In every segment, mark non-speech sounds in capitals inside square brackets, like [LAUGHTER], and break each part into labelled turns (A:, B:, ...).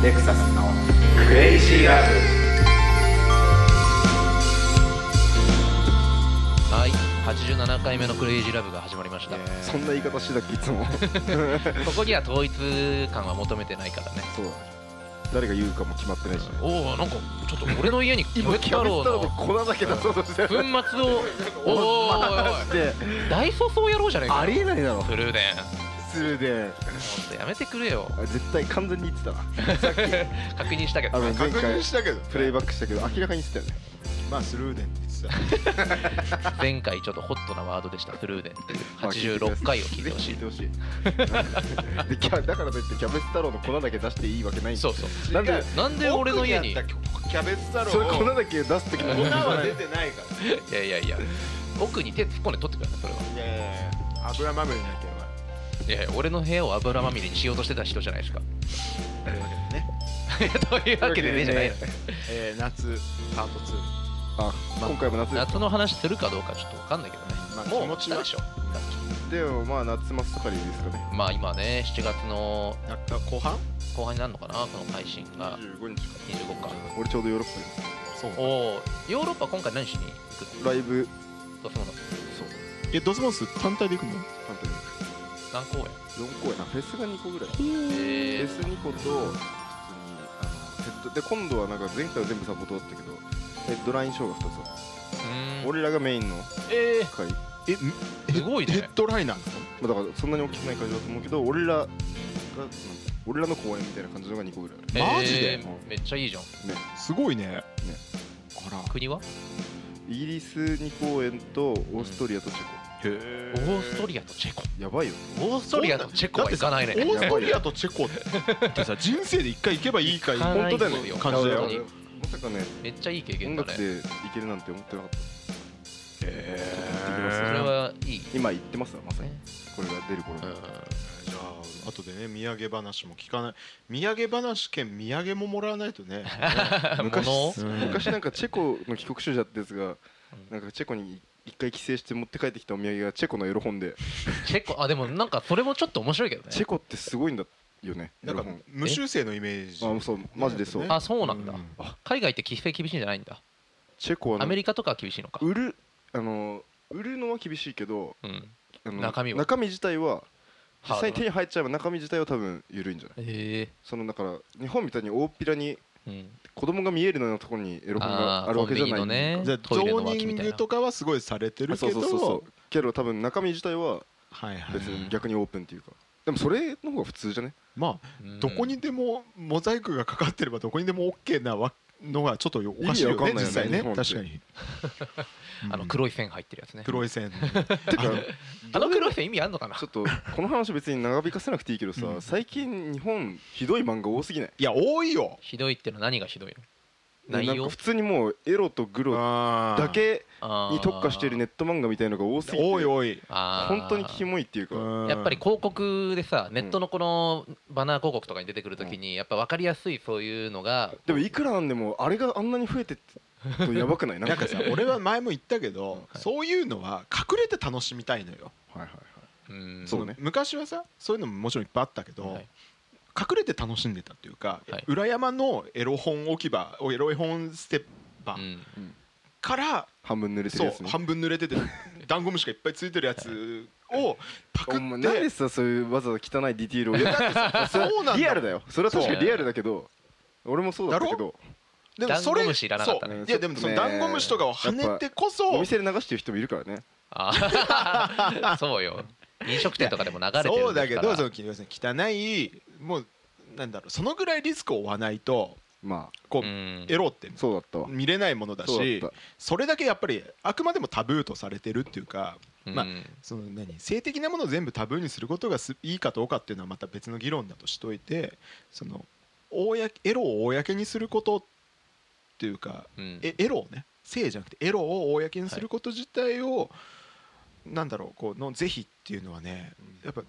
A: レクサスの
B: クレイジーラブ
C: はい87回目のクレイジーラブが始まりました、
D: そんな言い方してたっけいつも
C: ここには統一感は求めてないからね
D: [LAUGHS] そう誰が言うかも決まってないし
C: おおなんかちょっと俺の家にキャベツ太郎の [LAUGHS] 粉
D: 粉だけ出そうとしてる
C: 末をおーおいおい
D: で
C: おい大粗相やろうじゃねえか
D: ありえないだろ
C: フルーデン
D: スルーで
C: ちょっとやめてくれよ
D: あ絶対完全に言ってたな
C: 確認したけ
D: あ
C: ど
D: の
C: ね
D: 前
B: 確認
D: 回
B: したけど
D: プレイバックしたけど明らかに言ってたよね
B: まあスルーデンって言って
C: 前回ちょっとホットなワードでしたフルーデンっていう86回を聞いてほし
D: ぜひ聞いてほしい [LAUGHS] でキャだからといってキャベツ太郎の粉だけ出していいわけない
C: い
D: んだ
C: そうそう
B: た
D: なんで
C: なんで俺の家にい
B: 奥あったキャベツ太郎
D: それ粉だけ出す時の
B: 粉は出てないか [LAUGHS]
C: やいやいや奥に手突っ込んで取ってくださいそれは
B: らいやいやいや油まみれになきゃやばい
C: いやいや俺の部屋を油まみれにしようとしてた人じゃないですか
B: というわけでね、
C: というわけでねじゃないの
B: えー、夏パート2
D: あ今回も夏です
C: 夏の話するかどうかちょっと分かんないけどね、
B: まあ
C: も
B: 気
C: う
B: 持
C: 来
B: ち
C: た
B: は
C: でしょ
D: でもまあ夏真っ盛りですかね
C: まあ今ね7月の
B: な後半
C: 後半になるのかなこの配信が
D: 25日か
C: 25か
D: 俺ちょうどヨーロッパに
B: そう
C: おおヨーロッパ今回何しに行くの
D: ライブ
C: ドスモノ
D: そう
B: えドスモス単体で行くの
D: 簡単に
C: 何公演
D: 4公演あフェスが2個ぐらいフ
C: え
D: ェス2個と普通にあのヘッドで今度はなんか前回は全部サポートだったけどヘッドラインショーが2つ
C: ー、
D: ある
C: うーん
D: 俺らがメインの
C: え
D: 回、ます
C: ー、すごい
B: ヘ
C: ね
B: ッドライナーな
D: あ、だからそんなに大きくない会場だと思うけど俺らがなんか俺らの公演みたいな感じのが2個ぐらいある
B: マジで
C: えーめっちゃいいじゃん
D: ね
B: のすごいねあら
C: 国は
D: イギリス2公演とオーストリアとチェ
B: へ
C: オ
B: え
C: ーストリアとチェコ
D: コやばいよね
C: オーストリアとチェコは行かないね
B: オーストリアとチェ [LAUGHS] コってさ人生で一回行けばいいかい
C: 行かない
B: 本当だよ
C: そう
B: ね
C: よ
B: 感じだよ
C: 本当に
D: まさかね
C: めっちゃいい経験
D: 音
C: だ
D: 楽
C: ね
D: でいけるなんて思ってなかった
C: それ
B: へえ
C: はいい
D: 今言ってますわまさに
C: ね
D: これが出る頃
C: うん
B: じゃあ後でね土産話も聞かない土産話兼土産ももらわないとね
C: [LAUGHS]
D: 昔
C: 物を
B: うん
D: 昔なんかチェコの帰国子女だったやつがなんかチェコに一回帰省して持って帰ってきたお土産がチェコのエロ本で
C: チェコあでもなんかそれもちょっと面白いけどね
D: チェコってすごいんだよね
B: なんか
D: エロ
B: 無修正のイメージ
D: 本あそうマジでそう
B: ね
C: あそうなんだ
B: うん
C: あ海外って規制厳しいんじゃないんだ
D: チェコは
C: ア
D: な
C: メリカとかは厳しいのか
D: 売るあの売るのは厳しいけど
C: うん
D: あの
C: 中身は
D: 自体は実際に手に入っちゃえば中身自体は多分緩いんじゃない
C: え
D: そのだから日本みたいに大っぴらに
C: えうん
D: 子供が見えるようなところにエロ本があるわけじゃない
C: あーコンビニのね
B: じゃあ
C: ト
B: ゾ
C: イレの
B: ー
C: 脇
B: ニ
C: み
B: ン
C: たいな
B: グとかはすごいされて
D: あ
B: る
D: そう
B: け
D: そうそうそ
B: ど
D: うけど多分中身自体は
B: はいはい
D: 別に逆にオープンっていうかでもそれの方が普通じゃね
B: まあ
C: うん
B: どこにでもモザイクがかかってればどこにでも OK なわのがちょっとおかしいよ
D: 意味わか
B: ね
D: ん
B: 実
D: ないよね
B: 際ね
D: 日本って
B: 確かに
C: あの
B: うん
C: 黒い線入ってるやつね
B: 黒い線
D: てか
C: あの黒い線意味あんのかな
D: ちょっとこの話別に長引かせなくていいけどさ、
B: うん
D: 最近日本ひどい漫画多すぎない
B: いや多いよ
C: ひどいってのは何がひどいの
D: な
C: 内
D: んか
C: 容
D: 普通にもうエロとグロだ
B: だ
D: け
C: に
D: に特化してるネット漫画みたいのが多すぎて
B: 多い多い
D: 本当にキモいっていうか、
B: うん
C: やっぱり広告でさネットのこのバナー広告とかに出てくるときにやっぱ分かりやすいそういうのが
D: でもいくらなんでもあれがあんなに増えてってとやばくないなん
B: なんかさ俺は前も言ったけ
D: うん
B: どそういうのは隠れて楽しみたいのよ
D: はいはいはい
C: うん
D: そうね
B: 昔はさそういうのももちろんいっぱいあったけど、
C: はい
B: 隠れて楽しんでたっていうか、
C: はい
B: 裏山のエロ本置き場エロ本ステッパ
C: う
B: ー
C: ん
B: から、
D: 半分濡れてる
B: そ
D: や
B: う
D: つね
B: 半分濡
C: [LAUGHS]
B: れててダンゴムシがいっぱいついてるやつをパク
D: お
B: っ
D: 前
B: て
D: なんでさそういうわざわざ汚いディティールを
B: [LAUGHS] いやだってさそうなんだ
D: リアルだよそれは確かにリアルだけど俺もそうだったけど
B: で
C: ダンゴムシいらなかったね
B: そういやでもその
D: ちょっと
B: ダ
D: ね
B: ンゴムシとかを跳ねてこそ
D: お店で流してる人もいるからね
C: ああ [LAUGHS] そうよ飲食店とかでも流れてるんですから
B: そうだけどその要するに汚いもうなんだろうそのぐらいリスクを負わないと
D: まあ
B: こ
C: う
B: う、
C: ん
B: エロって
D: そうだったわ
B: 見れないものだ
D: そうだ
B: し
D: った
B: それだけやっぱりあくまでもタブーとされてるっていうか
C: うん
B: まあその何性的なものを全部タブーにすることがすいいかどうかっていうのはまた別の議論だとしといてその公エロを公にすることっていうか
C: うん
B: えエロをね性じゃなくてエロを公にすること自体を、なんだろうこの是非っていうのはねやっぱ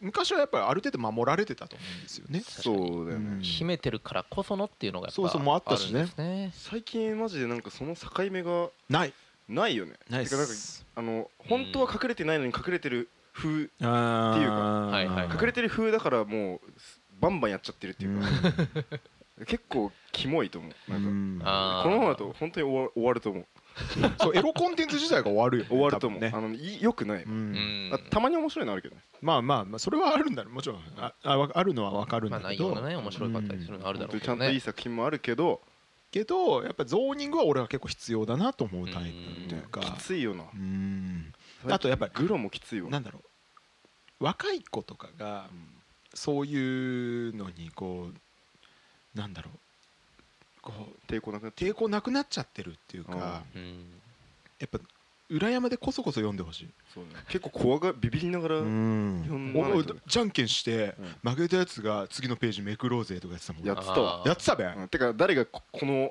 B: 昔はやっぱりある程度守られてたと思うんですよね。
D: そうだよね、
B: うん
C: 秘めてるからこそのっていうのがやっぱ
B: そうそうもうあったしね
C: るんですね
D: 最近マジでなんかその境目が
B: ない
D: ないよね
B: ない
D: てかなんかあの本当は隠れてないのに隠れてる風
B: あー
D: っていうか
C: はいはい
D: 隠れてる風だからもうバンバンやっちゃってるっていうか、 [LAUGHS] 結構キモいと思うなんか、
B: ん
C: あー
D: このままだと本当に終わ終わると思う
B: そうエロコンテンツ自体が終わるよね
D: 終わると思う、
B: 多分
D: あのいよくない、
B: う
C: うんん
D: あたまに面白いのあるけどね
B: まあまあまあそれはあるんだろうもちろんああわあるのはわかるん
C: まあ
B: だけ
C: 内
B: ど、
C: 容がね面白かったりするのあるだろう
D: 本当に
C: け
D: ちゃ
C: ど
D: んといい
C: ね
D: 作品もあるけど
B: けどやっぱゾーニングは俺は結構必要だなと思うタイプというか
D: きついよな
B: うんあとやっぱり
D: グロもきついよ
B: なんだろう若い子とかがそういうのにこうなんだろうこう
D: 抵抗なくなって
B: 抵抗なくなっちゃってるっていうか
C: うん
B: やっぱ裏山でこそこそ読んでほしい
D: そうね結構怖がビビりながら、読んだ
B: おおじゃんけんして
D: うん
B: 負けたやつが次のページめくろうぜとかやってたもん
D: やってたわ
C: あー
B: やってたべ
D: うんてか誰がここの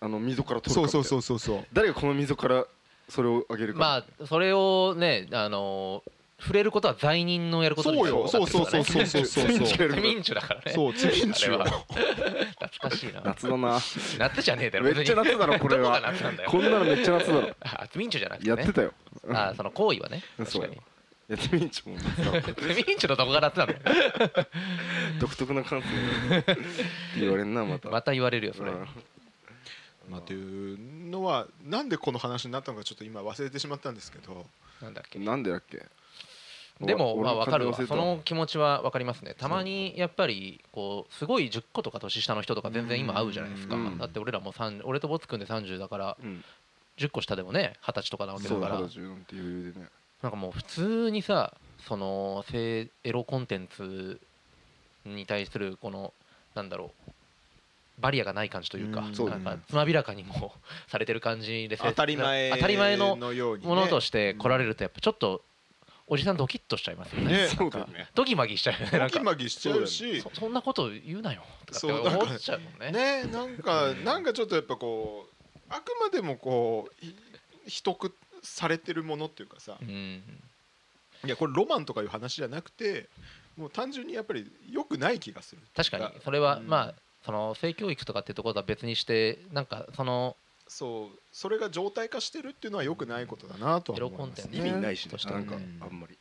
D: あの溝から取るか
B: そう
D: みたい
B: そう
D: な
B: そうそうそう
D: 誰がこの溝からそれをあげるか
C: まあそれをねあのー触れることは罪人のやること
B: そうよそうそうそうそうそうそ
D: そうそ
B: う
D: う
C: セミンチュだからね
B: そうツインチュ
C: あれ
B: ー
C: 懐かしいな
D: 夏
C: [LAUGHS]
D: だな
C: 夏じゃねえだろ
D: めっちゃ夏だろこれは
C: どこが夏なんだよ
D: こんなのめっちゃ
C: [LAUGHS]
D: 夏だろ
C: あミンチュじゃなくて
D: や
C: ね
D: ってたよ
C: あその行為はね確
D: そう
C: か
D: や
C: に
D: [LAUGHS] やってみんちも夏だ
C: ミ
D: ろ
C: ンチュのとこが夏なんだよ
D: 独特な感性って言われんな
C: [LAUGHS]
D: また
C: また言われるよそれ
D: うん
B: まあというのはなんでこの話になったのかちょっと今忘れてしまったんですけど
C: なんだっけ
D: なんでだっけ
C: でも
D: 俺
C: まあ分かるわ
D: 俺の
C: そ
D: 感情忘れ
C: の気持ちは分かりますねたまにやっぱりこうすごい10個とか年下の人とか全然今会うじゃないですか
D: うん
C: だって俺らも3俺とボツくんで30だから
D: たうん
C: 10個下でもね20歳とかなわけだ
D: そう
C: か
D: だ
C: ら
D: 肌中なんて余裕でね
C: なんかもう普通にさその性エロコンテンツに対するこのなんだろうバリアがない感じというか
B: うん
D: そう
C: な
D: だ
C: ん
D: ね
C: かつまびらかにも [LAUGHS] されてる感じでせ
B: 当たり前
C: 当たり前の
B: ようにね
C: ものとして来られるとやっぱちょっとおじさんドキッとしちゃいますよね
B: ね
D: そうだよね
C: ドギマギしちゃうよねな
B: マ
C: んか
B: ギマギしちゃうし
C: そそんなこと言うなよとか
B: そう
C: って思っちゃうもんね
B: ねなんかなんかちょっとやっぱこうあくまでもこうい秘匿されてるものっていうかさ
C: うん
B: いやこれロマンとかいう話じゃなくてもう単純にやっぱり良くない気がする
C: 確かに
B: あ
C: それは
B: うん
C: まあその性教育とかっていうところとは別にしてなんかその
B: そうそれが状態化してるっていうのは良くないことだなとは思
C: エロ
B: います
C: コンテンツ
D: 意
B: ね
D: 味ないし
C: と
D: ね
C: して
B: は
D: なんか
B: うん
D: あんまり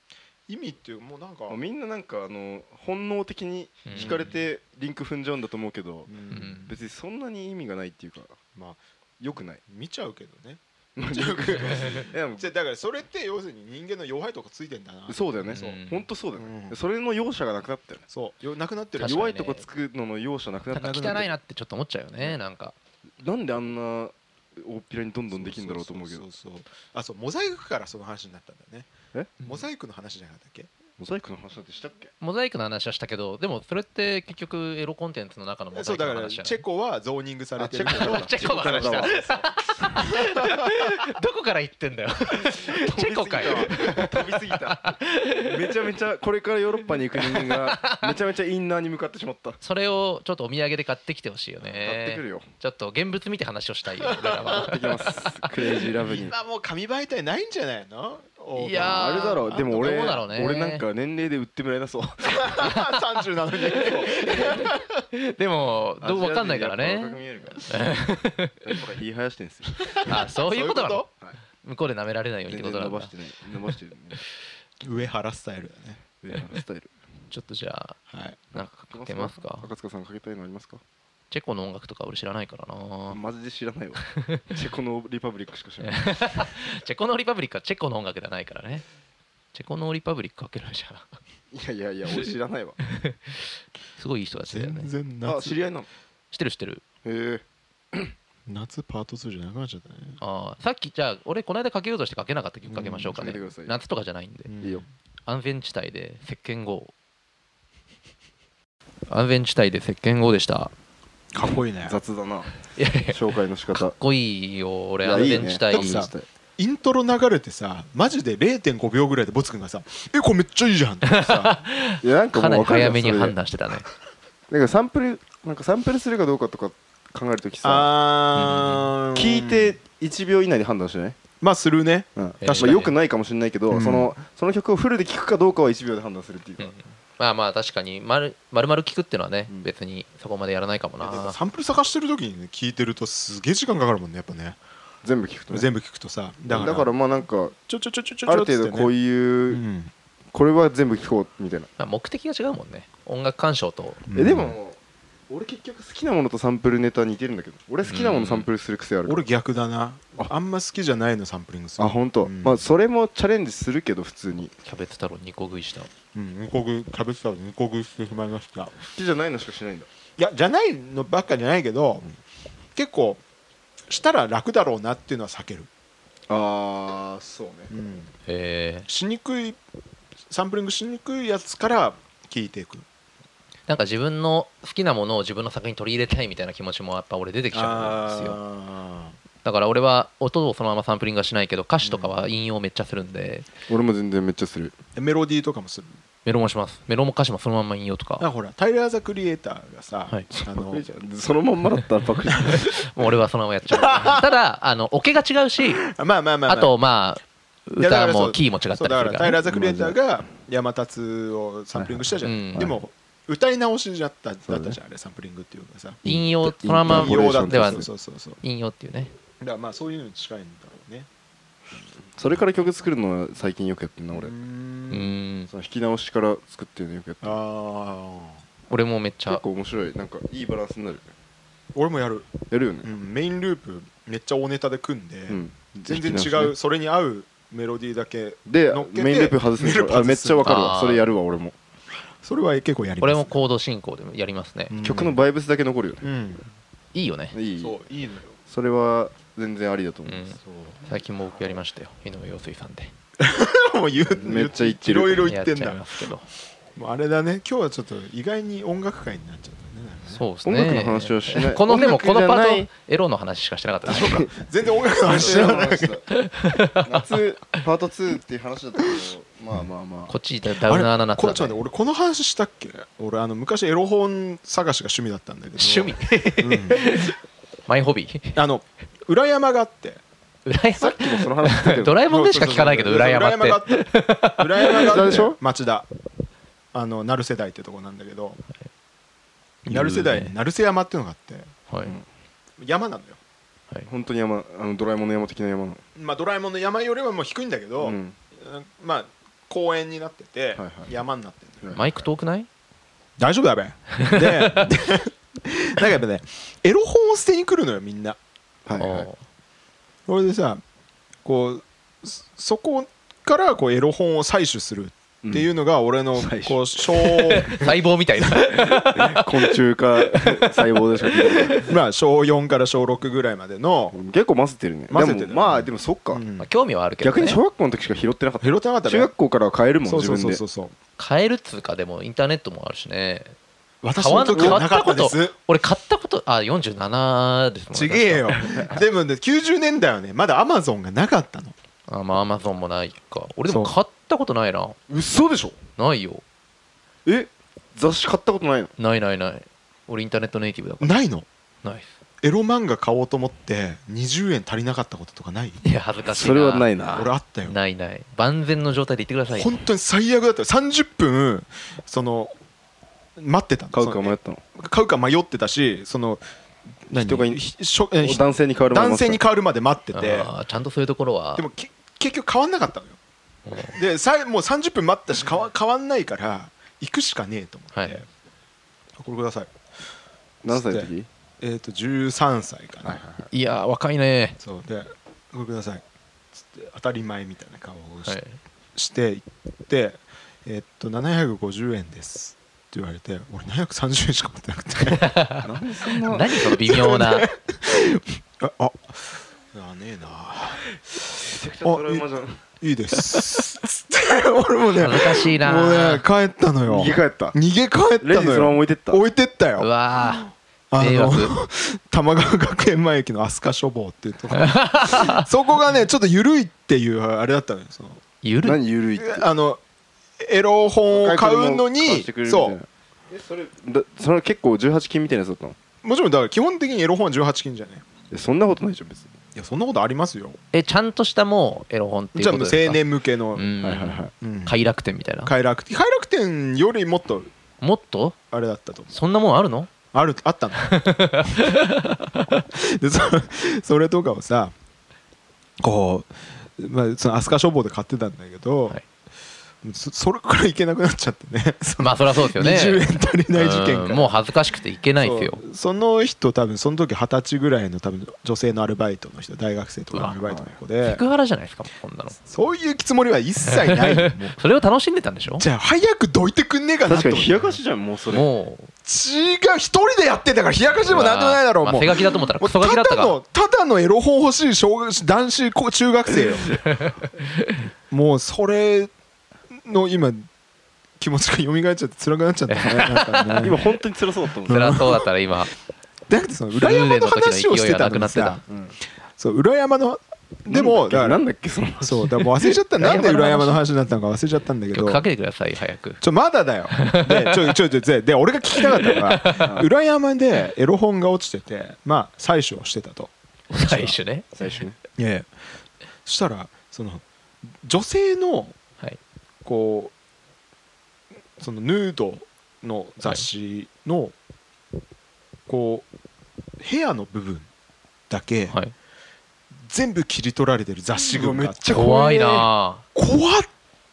B: 意味っていうもうなんか
D: まあみんななんかあの本能的に惹かれてリンク踏んじゃうんだと思うけど
B: うん
C: ん
D: 別にそんなに意味がないっていうか
B: まあ
D: よくない
B: 見ちゃうけどね
D: い
B: 見ちゃ
C: [LAUGHS]
B: うけど
D: やもう
B: じゃあだからそれって要するに人間の弱いとこついてんだな
D: そうだよね
C: そう
D: 本当そうだよね
B: うん
D: それの容赦がなくなったよね
B: そうよなくなってる
C: 確かにね
D: 弱いとこつくのの容赦なくな
C: な
D: った
C: んか汚いなってちょっと思っちゃうよねなんか
D: なんであんな大っぴらにどんどんできるんだろうと思うけど
B: そそそうそうあそうモザイクからその話になったんだねモザ
C: イ
B: イクの話じゃなかったっけ
D: モザイクの話なんてしたっけ
C: クモザイクの話はしたけどでもそれって結局エロコンテンツの中のモザ
B: そ
C: イ
B: う
C: ク
B: だ
C: の
B: から
C: 話じ
B: チ
C: ゃない
B: ェコはゾーニングされてる
D: あチ
C: [LAUGHS] チェ
D: ェコ
C: コの話だ [LAUGHS] どこから言ってんだよチェコかよ
D: 飛びすぎためちゃめちゃこれからヨーロッパに行く人間がめちゃめちゃインナーに向かってしまった
C: それをちょっとお土産で買ってきてほしいよ
D: 買ってくる
C: ね
D: よ
C: ちょっと現物見て話をしたいよ俺らは
D: 買ってき
C: [LAUGHS]
D: ますクレイジーラブに
B: 今もう紙媒体ないんじゃないの
C: いやー
D: あれだろうでも俺
C: どうだろうね
D: 俺なんか年齢で売ってもらえなそう
B: [LAUGHS] 30なのに
C: [LAUGHS] でも [LAUGHS] どうわかんないから
D: アジア人
C: ね
D: やっぱ
C: [LAUGHS]
D: 若く見えるからやっぱ言い生やしてんすよ
C: あそういうことなの
D: はい
C: 向こうで舐められないようにっ
D: 全
C: てこ
D: 然
C: となんだ
D: 伸ばしてない伸ばしてるね
B: 上原スタイルだね
D: ウェアのス [LAUGHS] タイル
C: ちょっとじゃあ
B: はい
C: なんかかけてますか
D: 赤塚さんかけたいのありますか
C: チェコの音楽とか俺知らないからな
D: マジで知らないわチェコのリパブリックしか知らない
C: チェコのリパブリックはチェコの音楽じゃないからねチェコのリパブリックかけるじゃん
D: いやいやいや俺知らないわ
C: [LAUGHS] すごいいい人たちだよね
B: 全然
D: あ知り
B: 夏
D: 合いなの
C: 知ってる知ってる
D: へえ
B: 夏パート2じゃなくなっちゃったね
C: あーさっきじゃあ俺この間かけようとしてかけなかった曲かけましょうかね
D: うんかけてください
C: 夏とかじゃないんで
B: うん
D: いいよ
C: 安全地帯で石鹸号安全地帯で石鹸号でした
B: かっこいいね
D: 雑だない
C: やいや
D: 紹介の仕
C: か
D: 方
C: っこいいよ俺安
D: いやい
C: 全
D: いね
C: 地帯
B: だってさイントロ流れてさマジで0.5秒ぐらいでボツ君がさ「えこれめっちゃいいじゃ [LAUGHS] ん」ってさ
D: いやなんか
C: かな
D: もう
C: り
D: 分かるじ
C: 早
D: ゃん
C: めに
D: それ
C: 判断してたね
D: なんかサンプルなんかサンプルするかどうかとか考えるときさ
B: あ
D: 聞いて1秒以内で判断しない
B: まあするね
D: うん
C: えー
D: まあよくないかもしれないけ
B: う
D: ど
B: ん
D: そのその曲をフルで聴くかどうかは1秒で判断するっていうか
C: まあまあ確かにまるまる聞くってのはね、
D: うん
C: 別にそこまでやらないかも
B: いやでも
C: な
B: サンプル探してる時にね聞いてるとすげえ時間かかるもんねやっぱね
D: 全部聴くとね
B: 全部聞くとさだ
D: だ
B: か
D: かららまあなんか
B: ちょちょちょちょちょ
D: ある程度こう
B: い
D: いうこれは全部聴こうみたいな
C: まあ目的が違うもんね音楽鑑賞と
D: えでも俺結局好きなものとサンプルネタ似てるんだけど俺好きなものサンプルする癖あるから
B: 俺逆だな
D: あ
B: あんま好きじゃないのサンプリングする
D: あ本当、
B: うん
D: まあそれもチャレンジするけど普通に
C: キャベツ太郎2個食いした
B: うん二個食いキャベツ太郎2個食いしてしまいました
D: 好きじゃないのしかしないんだ
B: いやじゃないのばっかじゃないけど、結構したら楽だろうなっていうのは避ける、
D: ああそうね
C: え
B: しにくいサンプリングしにくいやつから聞いていく
C: ーなんか自分の好きなものを自分の作品に取り入れたいみたいな気持ちもやっぱ俺出てきちゃうんですよ
B: あ
C: だから俺は音をそのままサンプリングはしないけど歌詞とかは引用めっちゃするんで、
D: 俺も全然めっちゃする
B: ーメロディーとかもする
C: メロもしますメロも歌詞もそのまま引用とか
B: あほらタイラー・ザ・クリエイターがさ、
C: はい
B: あの
D: そのまんまだったらパクリじゃない
C: もう俺はそのままやっ
B: [LAUGHS]
C: ちゃうただあのオケが違うし
B: あまあまあまあ、
C: あとまあ
B: いやだか
C: 歌
B: らそう
C: もキーも違ったりす
B: そう
C: る
B: だから
C: か
B: タ
C: ら
B: イラー・ザ・クリエイターが山立をサンプリングしたじゃん、
C: はいはいうん
B: でも歌い直しだっただった
D: そう
B: じ
D: だ
B: ゃんあれサンプリングっていうのがさ
C: [LAUGHS] 引用そのまま
D: インターポレーション
C: では
B: そうそうそうそう
C: 引用っていうね
B: だからまあそういうのに近いんだろうね
D: それから曲作るのは最近よくやってんな俺、
B: うー
C: うんーん
D: その引き直しから作ってるのよくやってる
B: あ
C: 俺もめっち
D: 結
C: ゃ
D: 構面白いなんかいいバランスになる
B: あ俺もやる、
D: やるよね
B: うん、メインループめっちゃ大ネタで組んで、
D: うん
B: 全然
D: 引き
B: 違
D: 直し
B: うそれに合うメロディーだけ
D: ねで
B: 乗っけて
D: メインループ外すんでし
B: メイン
D: ょ
B: ループ外す
D: あめっちゃわかる
C: あ
D: わ
C: ー
D: それやるわ俺も
B: それは結構やります
C: 俺もコード進行でもやりますね、
B: うん
D: 曲のバイブスだけ残るよね
B: うん
C: いいよね
D: いい
B: そういいのよ
D: それは全然ありだと思う
C: うん
B: そう
C: 最近も僕やりましたよ井上陽水さんで
B: もう言う
D: めっちゃ言ってる
B: いろいろ言って
C: やっ
B: ん
C: ちゃ
B: だ
C: いますけど
B: もうあれだね今日はちょっと意外に音楽界になっちゃったねなんかね
C: そうですね
D: 音楽の話はしな
C: [LAUGHS]
D: い
C: このでも
D: 音楽じ
C: こ
D: ゃ
C: のパ
D: ない
C: ートエロの話しかしてなかったです
B: 全然音楽の話し
D: 夏
B: て
D: [LAUGHS]
B: ない
D: パート2っていう話だったけどまあまあま
C: こ
D: あ
C: っちダウナーななっ
B: こ
C: た
B: れちょっと待って俺この話したっけ俺あの昔エロ本探しが趣味だったんだけど
C: 趣味マイホビー
B: あの裏山があって
C: 羨
D: [LAUGHS] さ
C: ま
D: っきもその話したけ
C: [LAUGHS]
D: ど
C: ドラえもんでしか聞かないけど裏山って
B: 裏山があって [LAUGHS] 裏山が
D: 町田
B: あっ
D: で
B: て
D: しょ
B: 町田あの成瀬台ってとこなんだけど
C: い
B: 成瀬台
C: いる
B: に
C: ね
B: 成瀬山っていうのがあって
C: はい
B: 山なのよ
C: はい
D: 本当に山あのドラえもんの山的な山の
B: まあドラえもんの山よりはもう低いんだけど、
D: うん
B: まあ公園になってて、
D: いはい
B: 山になってる
C: マイク遠くない
B: 大丈夫だべでで [LAUGHS] なんかやっぱねエロ本を捨てに来るのよみんな
D: はいはい
C: おー
B: それでさこうそそこからこうエロ本を採取するっていうのが俺の
D: 採取
B: こう小 [LAUGHS]
C: 細胞みたいな
D: 昆虫か [LAUGHS] 細胞でしか聞いてない
B: まあ小4から小6ぐらいまでの
D: 結構混ぜてるね
B: 混ぜてる
D: でもまあでもそっか
B: うん
C: まあ興味はあるけど
D: 逆
C: ね
D: に小学校の時しか拾ってなかっ
B: 拾ってなかったた
D: 中学校からは変えるもん
B: そう
D: 自
B: そうそ
D: 分
B: う
D: で
B: そうそう
C: 買えるっつうかでもインターネットもあるしね
B: 私の時はなかったです
C: 俺買ったことあ47ですもん
B: ちげ
D: [LAUGHS]
B: えよでもね90年代はねまだアマゾンがなかったの
C: あまあアマゾンもないか俺でも
B: そう
C: 買ったことないな
D: 嘘でしょ
C: ないよ
D: え雑誌買ったことないの
C: ないないない俺インターネットネイティブだか
B: ないの
C: らないっ
B: エロ漫画買おうと思って20円足りなかったこととかない
C: すいや恥ずかしいな
D: それはないな
B: 俺あったよ
C: ないない万全の状態で言ってください
B: 本当に最悪だったよ30分その待ってたの
D: 買うか
B: その
D: 迷ったの
B: 買うか迷ってたしその何
D: 人がい
B: ひしょえひ
D: 男性に変わるまで
B: 男性に変わるまで待っててで
C: あーちゃんとそういうところは
B: もけ結局変わんなかったのよ
C: うん
B: でさもう30分待ったし変わ変わんないから行くしかねえと思って、
C: はい
B: これください
D: 何歳の時
B: えっ、と13歳かな、
C: いやー若いね
B: そうでこれくださいつって当たり前みたいな顔をし,、
C: はい
B: して行ってえっ、と750円ですって言われて俺730円しか持ってなくて
C: [LAUGHS]
D: 何そんな
C: 何その微妙
D: [LAUGHS]
C: な
B: あああねえなトラウマ
D: じゃん
B: いいですつって俺もね
C: 恥ずかしいな
B: もうね帰ったのよ
D: 逃げ帰った
B: 逃げ帰った
D: レジ
B: の
D: そのまま
B: よ
D: 置いてった
B: 置いてった
C: う
B: よ
C: わ
B: あ
C: ー迷
B: の
C: 惑
B: [LAUGHS] 玉川学園前駅の飛鳥書房っていうと
C: [LAUGHS]
B: ころそこがねちょっと緩いっていうあれだったのよその
C: ゆる
D: 何ゆるいって
B: あのエロ本を買うのにそう
D: うそれだそれ結構18金みたいなやつだったの
B: もちろんだから基本的にエロ本は18禁じゃない
D: えそんなことないでしょ別に
B: いやそんなことありますよ
C: えちゃんとしたもうエロ本ってい
B: じ
C: う
B: ゃ
C: こ
B: あもう
C: とです
B: 青
C: か
B: 年向けの、
C: うん
D: はいはいはい
B: うん
C: 快楽天みたいな
B: 快楽快楽天よりもっと
C: もっと
B: あれだったと思う
C: そんなもんあるの
B: あるあった
C: [LAUGHS]
B: のでそそれとかをさこう、まあ、その飛鳥書房で買ってたんだけど、
C: はい
B: そそれからいけなくなっちゃってねその
C: [LAUGHS] まあそりゃそうですよね
B: 20円足りない事件から
C: うんもう恥ずかしくていけないですよ
B: そうその人多分その時二十歳ぐらいの多分女性のアルバイトの人大学生とかのアルバイトの子
C: セ
B: で
C: クハラじゃないですかもうこんなの
B: そういうつもりは一切な
C: [LAUGHS]
B: いよもう
C: それを楽しんでたんでしょ
B: じゃあ早くどいてくんねえかな
D: 確
B: と
D: かに
B: 思って
D: 冷やかしじゃんもうそれ
C: もう
B: 違う一人でやってんだから冷やかしでもなんでもないだろう
C: まあ
B: もう
C: 手書きだと思ったら
B: も
C: ク
B: う
C: ソ
B: た
C: ガキだった
B: [LAUGHS] だ
C: か
B: のただのエロ本欲しい小学男子高中学生よもうそれの今気持ちが蘇っちゃって辛くなっちゃったねなんかね
D: 今本当に辛そうだったもん
C: ら辛そうだったら今
B: だってその [LAUGHS] 裏山の話をしてたのに
C: スルーレンの時の勢いがな
B: さ
C: く
D: うん
B: そう裏山ので
D: な [LAUGHS]
B: も
D: んだっけ
B: だか
D: な
B: ら
D: んだっけその話
B: そうだからもう忘れちゃったなんで裏
C: 裏
B: 山
C: 山
B: の
C: の
B: 話になったのか忘れちゃったんだけど
C: 曲かけてください早く
B: ちょまだだよでちょちょちょでで俺が聞きたかったのが裏山でエロ本が落ちててまあ採取をしてたと
C: 最初ね
D: 最初ね
B: いやいやそしたらその女性の
C: はい
B: こうそのヌードの雑誌のこう部屋の部分だけ
C: はい
B: 全部切り取られてる雑誌群があって
D: ちょ
C: 怖
D: 怖
C: い
D: いね
C: なあ
B: 怖っ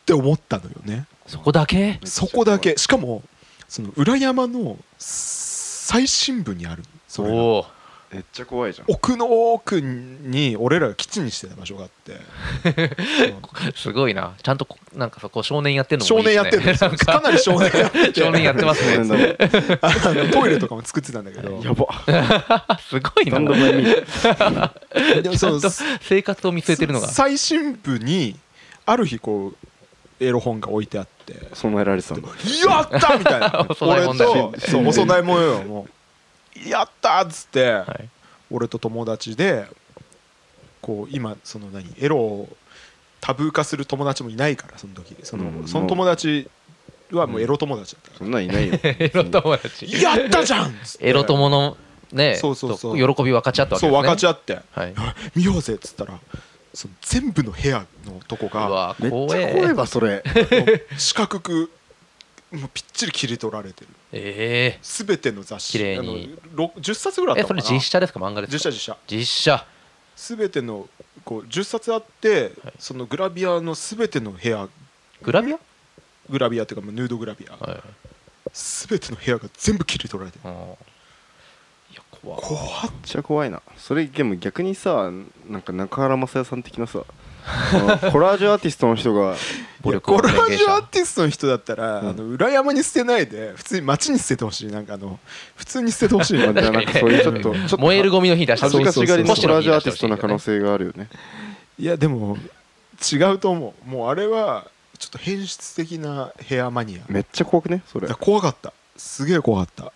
B: て思ったのよね
C: そこだけ
B: そこだけしかもその裏山の最深部にあるそ
C: お
B: れが
C: お
D: めっちゃ怖いじゃん
B: 奥の奥に俺らが基地にしてた場所があって
C: ーすごいなちゃんとこなんかそこ少年やってんのもい
B: 少
C: いですね
B: 年やっ
C: [LAUGHS]
B: てるんですよ
C: なん
B: か
C: か
B: なり少年やってて
C: 少年やって
B: [LAUGHS]
C: ますね
B: あのトイレとかも作ってたんだけど
D: やば
C: [LAUGHS] すごいな
D: 何度も見る
B: で
C: [LAUGHS]
B: も
C: ちゃんと
B: そ
C: 生活を見据えてるのが
B: 最深部にある日こうエロ本が置いてあって
D: 備えられてたんだ
B: [LAUGHS] 「やった!」みたいな
C: [LAUGHS] お供え
B: 俺
C: 物だ
B: とそうお供え物よもう「やった!」っつって、
C: はい
B: 俺と友達でこう今その何エロをタブー化する友達もいないからその時その,、
D: うん
B: その友達はもうエロ友達だった
D: そ
B: か
D: んなんいないよ
C: エロ友達
B: ら「やったじゃん!」っつって
C: エロ友のね
B: そうそうそう
C: と喜び分かち合ったわけ
B: そ
C: ですね
B: う分かち合って
C: はい
B: 「 [LAUGHS] 見ようぜ」っつったらその全部の部屋のとこ
C: う
B: が
C: わ
D: めっち
C: 怖
D: ゃ怖い
C: え
D: わそれ
B: 四角くもうぴっちり切り取られてる
C: え
B: すべての雑誌
C: 綺麗に
B: あのろ10冊ぐら
C: ー
B: い
C: え
B: あっ
C: そ
B: たの
C: れ
B: かな
C: 実写ですか漫画です
B: 実
C: か
B: 写実写
C: 実写
B: すべてのこう10冊あって、
C: はい
B: そのグラビアのすべての部屋
C: グラビア
B: グラビアっていうかまあヌードグラビア
C: はい
B: すべての部屋が全部切り取られてる
C: うんいや怖い
B: 怖っ
D: めっちゃ怖いなそれでも逆にさなんか中原雅也さん的なさあのコラージュアーティストの人
C: [LAUGHS]
D: が
C: 暴力
B: コ
C: を
B: ラー
C: 宣言
B: ジ
C: し
B: ュアー
C: た
B: ティストの人だったら、
D: うん
B: あの裏山に捨てないで普通に街に捨ててほしいなんかあの普通に捨ててほしい
D: まあじ
C: [LAUGHS]
D: ゃあなんかそういうちょっとちょっと
C: 燃えるゴミの日出した
D: 恥ずかしがりの
B: そうそうそう
D: コラージュアーティストな可能性があるよね
B: いやでも違うと思うもうあれはちょっと変質的なヘアマニア
D: めっちゃ怖くねそれ
B: だから怖かったすげえ怖かった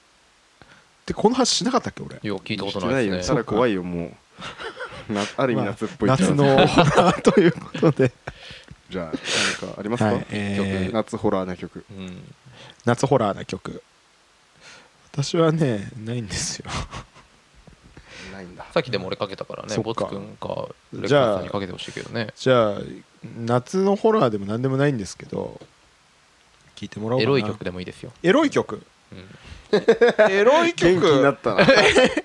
B: でこの話しなかったっけ俺
C: いや聞いたことないで
D: し
C: す
D: て
C: ね
D: よただ怖いよも
B: [LAUGHS]
D: うなある意味
B: まあ
D: 夏っぽいっちゃ
B: 夏の [LAUGHS] ホラーということで、
D: [LAUGHS] じゃあ何かありますか、
B: はいえー
D: 夏ホラーな曲
C: うん
B: 夏ホラーな曲私はねないんですよ
D: ないんだ
C: さっきでも俺かけたからね
B: そっか
C: ボツくんかレク
B: じ
C: サス
B: ゃあ
C: さんにかけてほしいけどね
B: じゃあ夏のホラーでも何でもないんですけど聞いてもらおうか
C: エ
B: な
C: ロい曲でもいいですよ
B: エロい曲
C: うん
B: エロい
D: 元気にな
B: 曲
D: ったな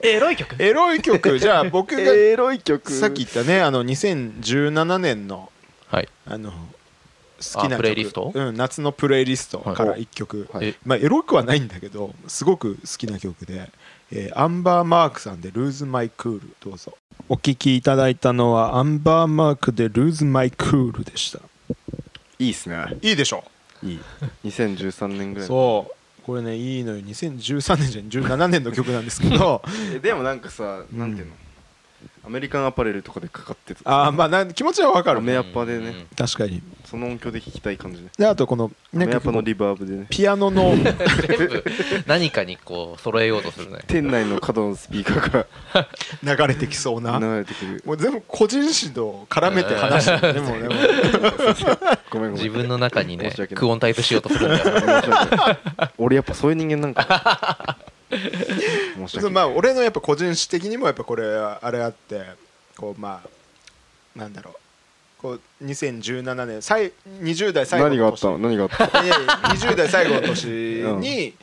C: エロい曲
B: エロい曲じゃあ僕が
D: エロい曲
B: さっき言ったねあの2017年の
C: はい
B: あの好きな曲
C: プレイリスト
B: うん、夏のプレイリストから1曲、
D: はい
C: え
B: まあ、エロくはないんだけどすごく好きな曲で、えーアンバー・マークさんで「Lose My Cool」どうぞお聴きいただいたのはアンバー・マークで「Lose My Cool」でした
D: いいっすね
B: いいでしょ
D: いい2013年ぐらいの
B: そうこれねいいのよ2013年じゃん17年の曲なんですけど [LAUGHS]
D: えでもなんかさなんていうの、アメリカンアパレルとかでかかってた
B: あーまあなん気持ちはわかる
D: アメアパでね、
B: 確かに
D: その音響で聴きたい感じね
B: であとこの、
D: ア
B: ね
D: メアパのリバーブ
B: [LAUGHS]
D: でね
B: ピアノの
C: 全部何かにこう揃えようとするね
D: 店内の角のスピーカー
B: 流れてきそう
D: か
B: な
D: ら流れてくる
B: もう全部個人指導を絡めて話してるねもうねもう
D: ごめんごめん
C: 自分の中にね
D: 申し訳ない
C: クオンタイプしようとするんだよ
D: 申し訳ない俺やっぱそういう人間なんか
B: [LAUGHS]
D: 申し
B: その
D: 訳ない
B: まあ俺のやっぱ個人史的にもやっぱこれあれあってこうまあなんだろうこう2017年最20代最後
D: 何があ
B: の
D: った
B: 年
D: の何があったの
B: いやいや20代最後の年に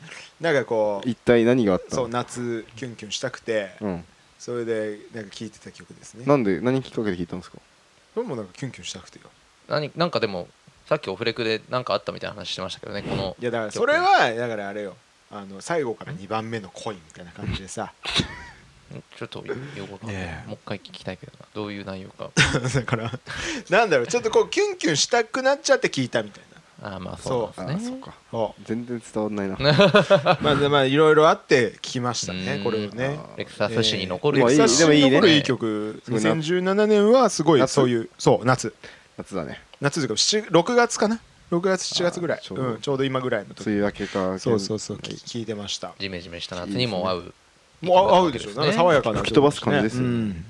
B: なんかこう
D: 一体何があった
B: そう
D: の
B: 夏キュンキュンしたくて
D: うん
B: それでなんか聴いてた曲ですね
D: なんで何きっかけで聞いたんですか
B: それもなんかキュンキュンしたくてよ
C: 何なんかでもさっきオフレクで何かあったみたいな話してましたけどねこの
B: いやだからそれはだからあれよあの最後から2番目の恋みたいな感じでさ
C: ちょっと用語が、
B: ねえ
C: もう一回聞きたいけどなどういう内容か
B: だからなんだろうちょっとこうキュンキュンしたくなっちゃって聞いたみたいな
C: ああまあそうなん
D: あ
C: です
D: そ
C: ね
D: っか
B: そ
D: 全然伝わんないな
B: うまあでまあいろいろあって聞きました
C: う
B: ね
C: ん
B: これをね
D: あ
C: レクサス市に残る
B: レ
D: まあ
B: ク
D: いい
B: サス
D: でもいいね
B: に残るいい曲
D: すごいな
B: 2017年はすごい
D: 夏
B: そういうそう夏
D: 夏だね
B: 夏というか7 6月かな6月7月ぐらい
D: あ
B: ち
D: ち
B: ょ,、
D: ょうど
B: うん、ちょうど今ぐらいの時
D: 梅雨明けか
B: そうそうそう
D: 吹
B: 聞聞いてました
C: ジメジメした夏にも合う
B: もう合うでしょ、なんか爽やかな
D: 吹き飛ばす感じですよね
B: うん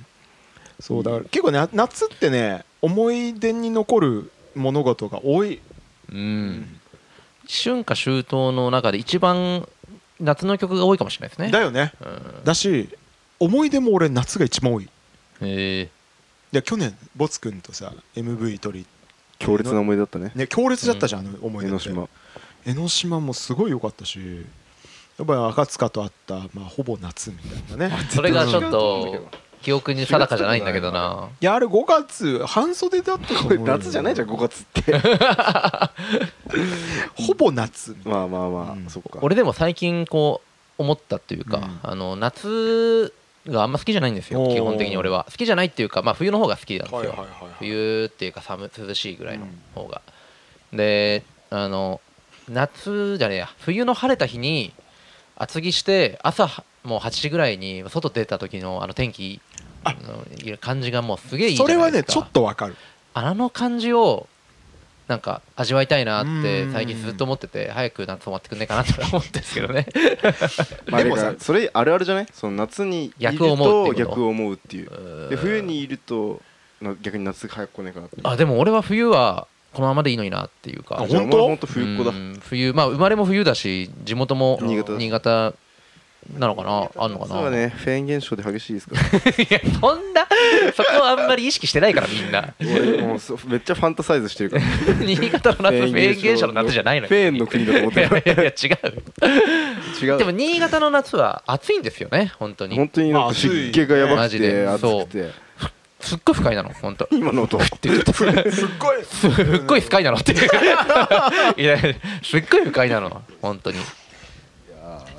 B: そうだから結構ね夏ってね思い出に残る物事が多い、
C: うん春夏秋冬の中で一番夏の曲が多いかもしれないですね
B: だよね
C: うん
B: だし思い出も俺夏が一番多い
C: え
B: で去年ボツ君とさ MV 撮り、
D: 強烈な思い出だったね
B: ね、強烈だったじゃん、あの思い
D: 江
B: 出
D: ノ
B: って
D: 島
B: 江ノ島もすごい良かったしやっぱり赤塚と会った、まあ、ほぼ夏みたいなね
C: ーそれがちょっ
D: 違う
C: と
D: 思うんだけ
C: 記憶に定かじゃないんだけどない
B: やあれ5月半袖だったと
D: ど
B: 思
D: こ
B: う
D: れ
B: よ
D: [LAUGHS] 夏じゃないじゃん5月って
B: ほぼ夏
D: まあまあまあ、
B: うん
D: そっか
C: 俺でも最近こう思ったというか、
B: うん
C: あの夏があんま好きじゃないんですよ
B: おー
C: 基本的に俺は好きじゃないっていうか、まあ、冬の方が好きなんですよ、
B: はいはいはいはい
C: 冬っていうか寒涼しいぐらいの方が、であの夏じゃねえや冬の晴れた日に厚着して朝はもう8時ぐらいに外出た時のあの天気
B: あ
C: のいや感じがもうすげえいいじゃ
B: そ
C: な
B: れ
C: い
B: は
C: で
B: ね
C: すか
B: ちょっとわかる
C: あの感じをなんか味わいたいなって最近ずっと思ってて早く夏終わってくんねえかなと思ってんですけどね
D: [LAUGHS] まあ、
B: でもさ
D: だからそれあるあるじゃないその夏にいる
C: 逆を思うっ
D: と
C: ていうこと
D: 逆を思うっていう
C: うん
D: で冬にいるとな逆に夏早く来ないかなっていう
C: あでも俺は冬はこのままでいいのになっていうか
B: あ
D: じゃあ
B: 本当
D: お前本当冬っ子だ
C: うん冬まあ生まれも冬だし地元も
D: 新潟だし
C: 新潟なのかなあんのかな
D: そうだねフェーン現象で激しいですから
C: [LAUGHS] いやそんなそこはあんまり意識してないからみん
D: [LAUGHS]
C: な
D: 俺もうそうめっちゃファンタサイズしてるからフ
C: 新潟の夏フェーン現象の夏じゃないのよ
D: フェーンの国だと思っ
C: い
D: て
C: や
D: る
C: いや [LAUGHS] いや違
D: 違
C: うでも
D: う
C: 新潟の夏は暑いんですよね本当に
D: 本当になんか湿気がやばくて
C: まあ暑
D: 暑
C: い
D: くて
C: すっごい不快なの本
D: [LAUGHS]
C: 当
D: 今
C: [LAUGHS]
D: の音
C: って言ってす
B: すっごい
C: すっごい不快なのっていういやすっごい不快なの本当に
B: い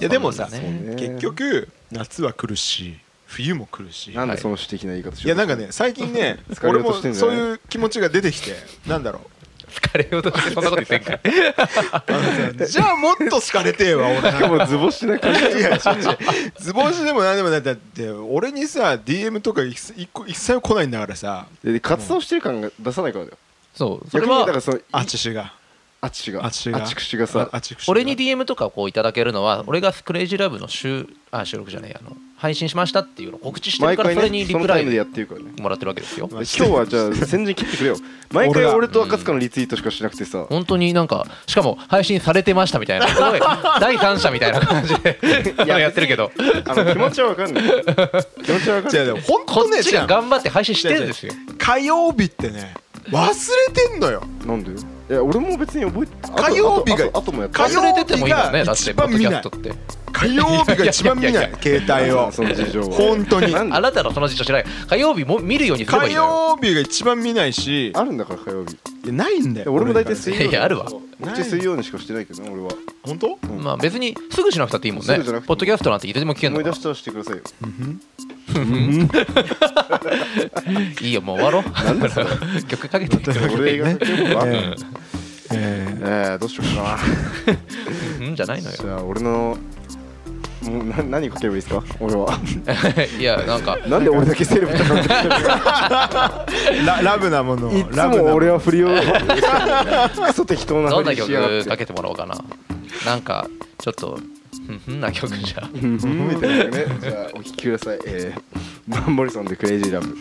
B: やでもさ、
C: そう
D: ね
B: 結局夏は来るし冬も来るし
D: なんでその私的な言い方し
B: い
D: よ
B: や
D: う
B: な
D: とした
B: んかね最近ね
D: 疲れ
B: 俺
D: よう
B: も
D: としてんじゃ
B: そう
D: ない
B: いう気持ちが出てきてなんだろ
C: 疲れようとしてそんなこと言ってんかいう
B: [LAUGHS] じゃあもっと好かれてえわ俺なんか
D: もうズボしな感じ
B: [LAUGHS] いや違う違うズボンしでも何でもないだって俺にさ DM とか一一個一切来ないんだからさ
D: で活動してる感が出さないからだよ
C: そうそ
D: 逆
C: れ
D: にだか
C: は
D: らその
B: あちしが
D: あっちが
B: あちが
D: あっちくしがさ
B: ああちくしが
C: 俺に DM とかこういただけるのは俺がクレイジーラブの収あ収録じゃねえやあの配信しましたっていうのを告知してる
D: 毎
C: から
D: 回
C: それに
D: ね
C: リ
D: そ
C: プ
D: の
C: ラ
D: タ
C: イ
D: イムでや
C: も
D: ってるからね
C: らってるわけですよ
D: 今日はじゃあ
B: [LAUGHS]
D: 先陣切ってくれよ毎回
B: 俺が
D: 俺と赤塚のリツイートしかしなくてさ
C: 本当になんかしかも配信されてましたみたいなすごい第三者みたいな感じで [LAUGHS] やってるけど
D: あの気持ちはわかん
B: [LAUGHS]
D: ない気持ちはわかん
B: 違
D: な
B: う
D: い
B: でも本
C: こ
B: 当ね
C: っち
B: じ
C: が
B: ゃあ
C: 頑張って配信してるんですよ
B: 火曜日ってね忘れてんのよ
D: なんでよいや俺も別に覚えてあと
B: 火曜日が
D: あとあとあともやった
B: 火曜日
C: 忘れててもいいもんねだっ
B: 一
C: てポ
B: 番
C: ッド
B: 見
C: キ
B: な
C: ャ
B: い
C: ストって
B: 火曜日が一番見ない
C: いやいやいや
B: 携帯を
D: その事情は
B: 本当に
D: なんで
C: あなたのその事情知らない火曜日も見るようにすれば
B: 火
C: いいのよ
B: 曜日が一番見ないし
D: あるんだから火曜日
B: いやないんだよ
D: 俺も大体水曜
C: いやあるわ
D: うち水曜にしかしてないけどね俺は
B: 本当
D: うん
C: まあ別にすぐしなくたっていいもん
D: す
C: ね
D: ぐじゃなくても
C: ポッドキャストなんていつでも聞けん
D: 思
C: の
D: い出したらしてくださいよ
C: いいよもう終わろう [LAUGHS] 曲かけて
D: 俺が先に
B: え
D: え
B: え
D: ーどうしようか
C: うんじゃないの
D: な
C: よ [LAUGHS]
D: じゃあ俺のもうな何かければいいですか俺は
C: いやなん
D: [LAUGHS]
C: か
D: なんで俺だけセレブだからっ
B: [LAUGHS]
D: て
B: えララブなもの
D: いつ
B: ラブな
D: も
B: も
D: 俺
B: の
D: は振りを [LAUGHS] クソ適当な
C: どん
D: 振
C: な
D: りしやがっ
C: 曲
D: て
C: かけてもらおうかななんかちょっとふんふんな曲じゃ
D: うんみたいなねじゃあお聴きくださいえーバンボリソンでクレイジーラブ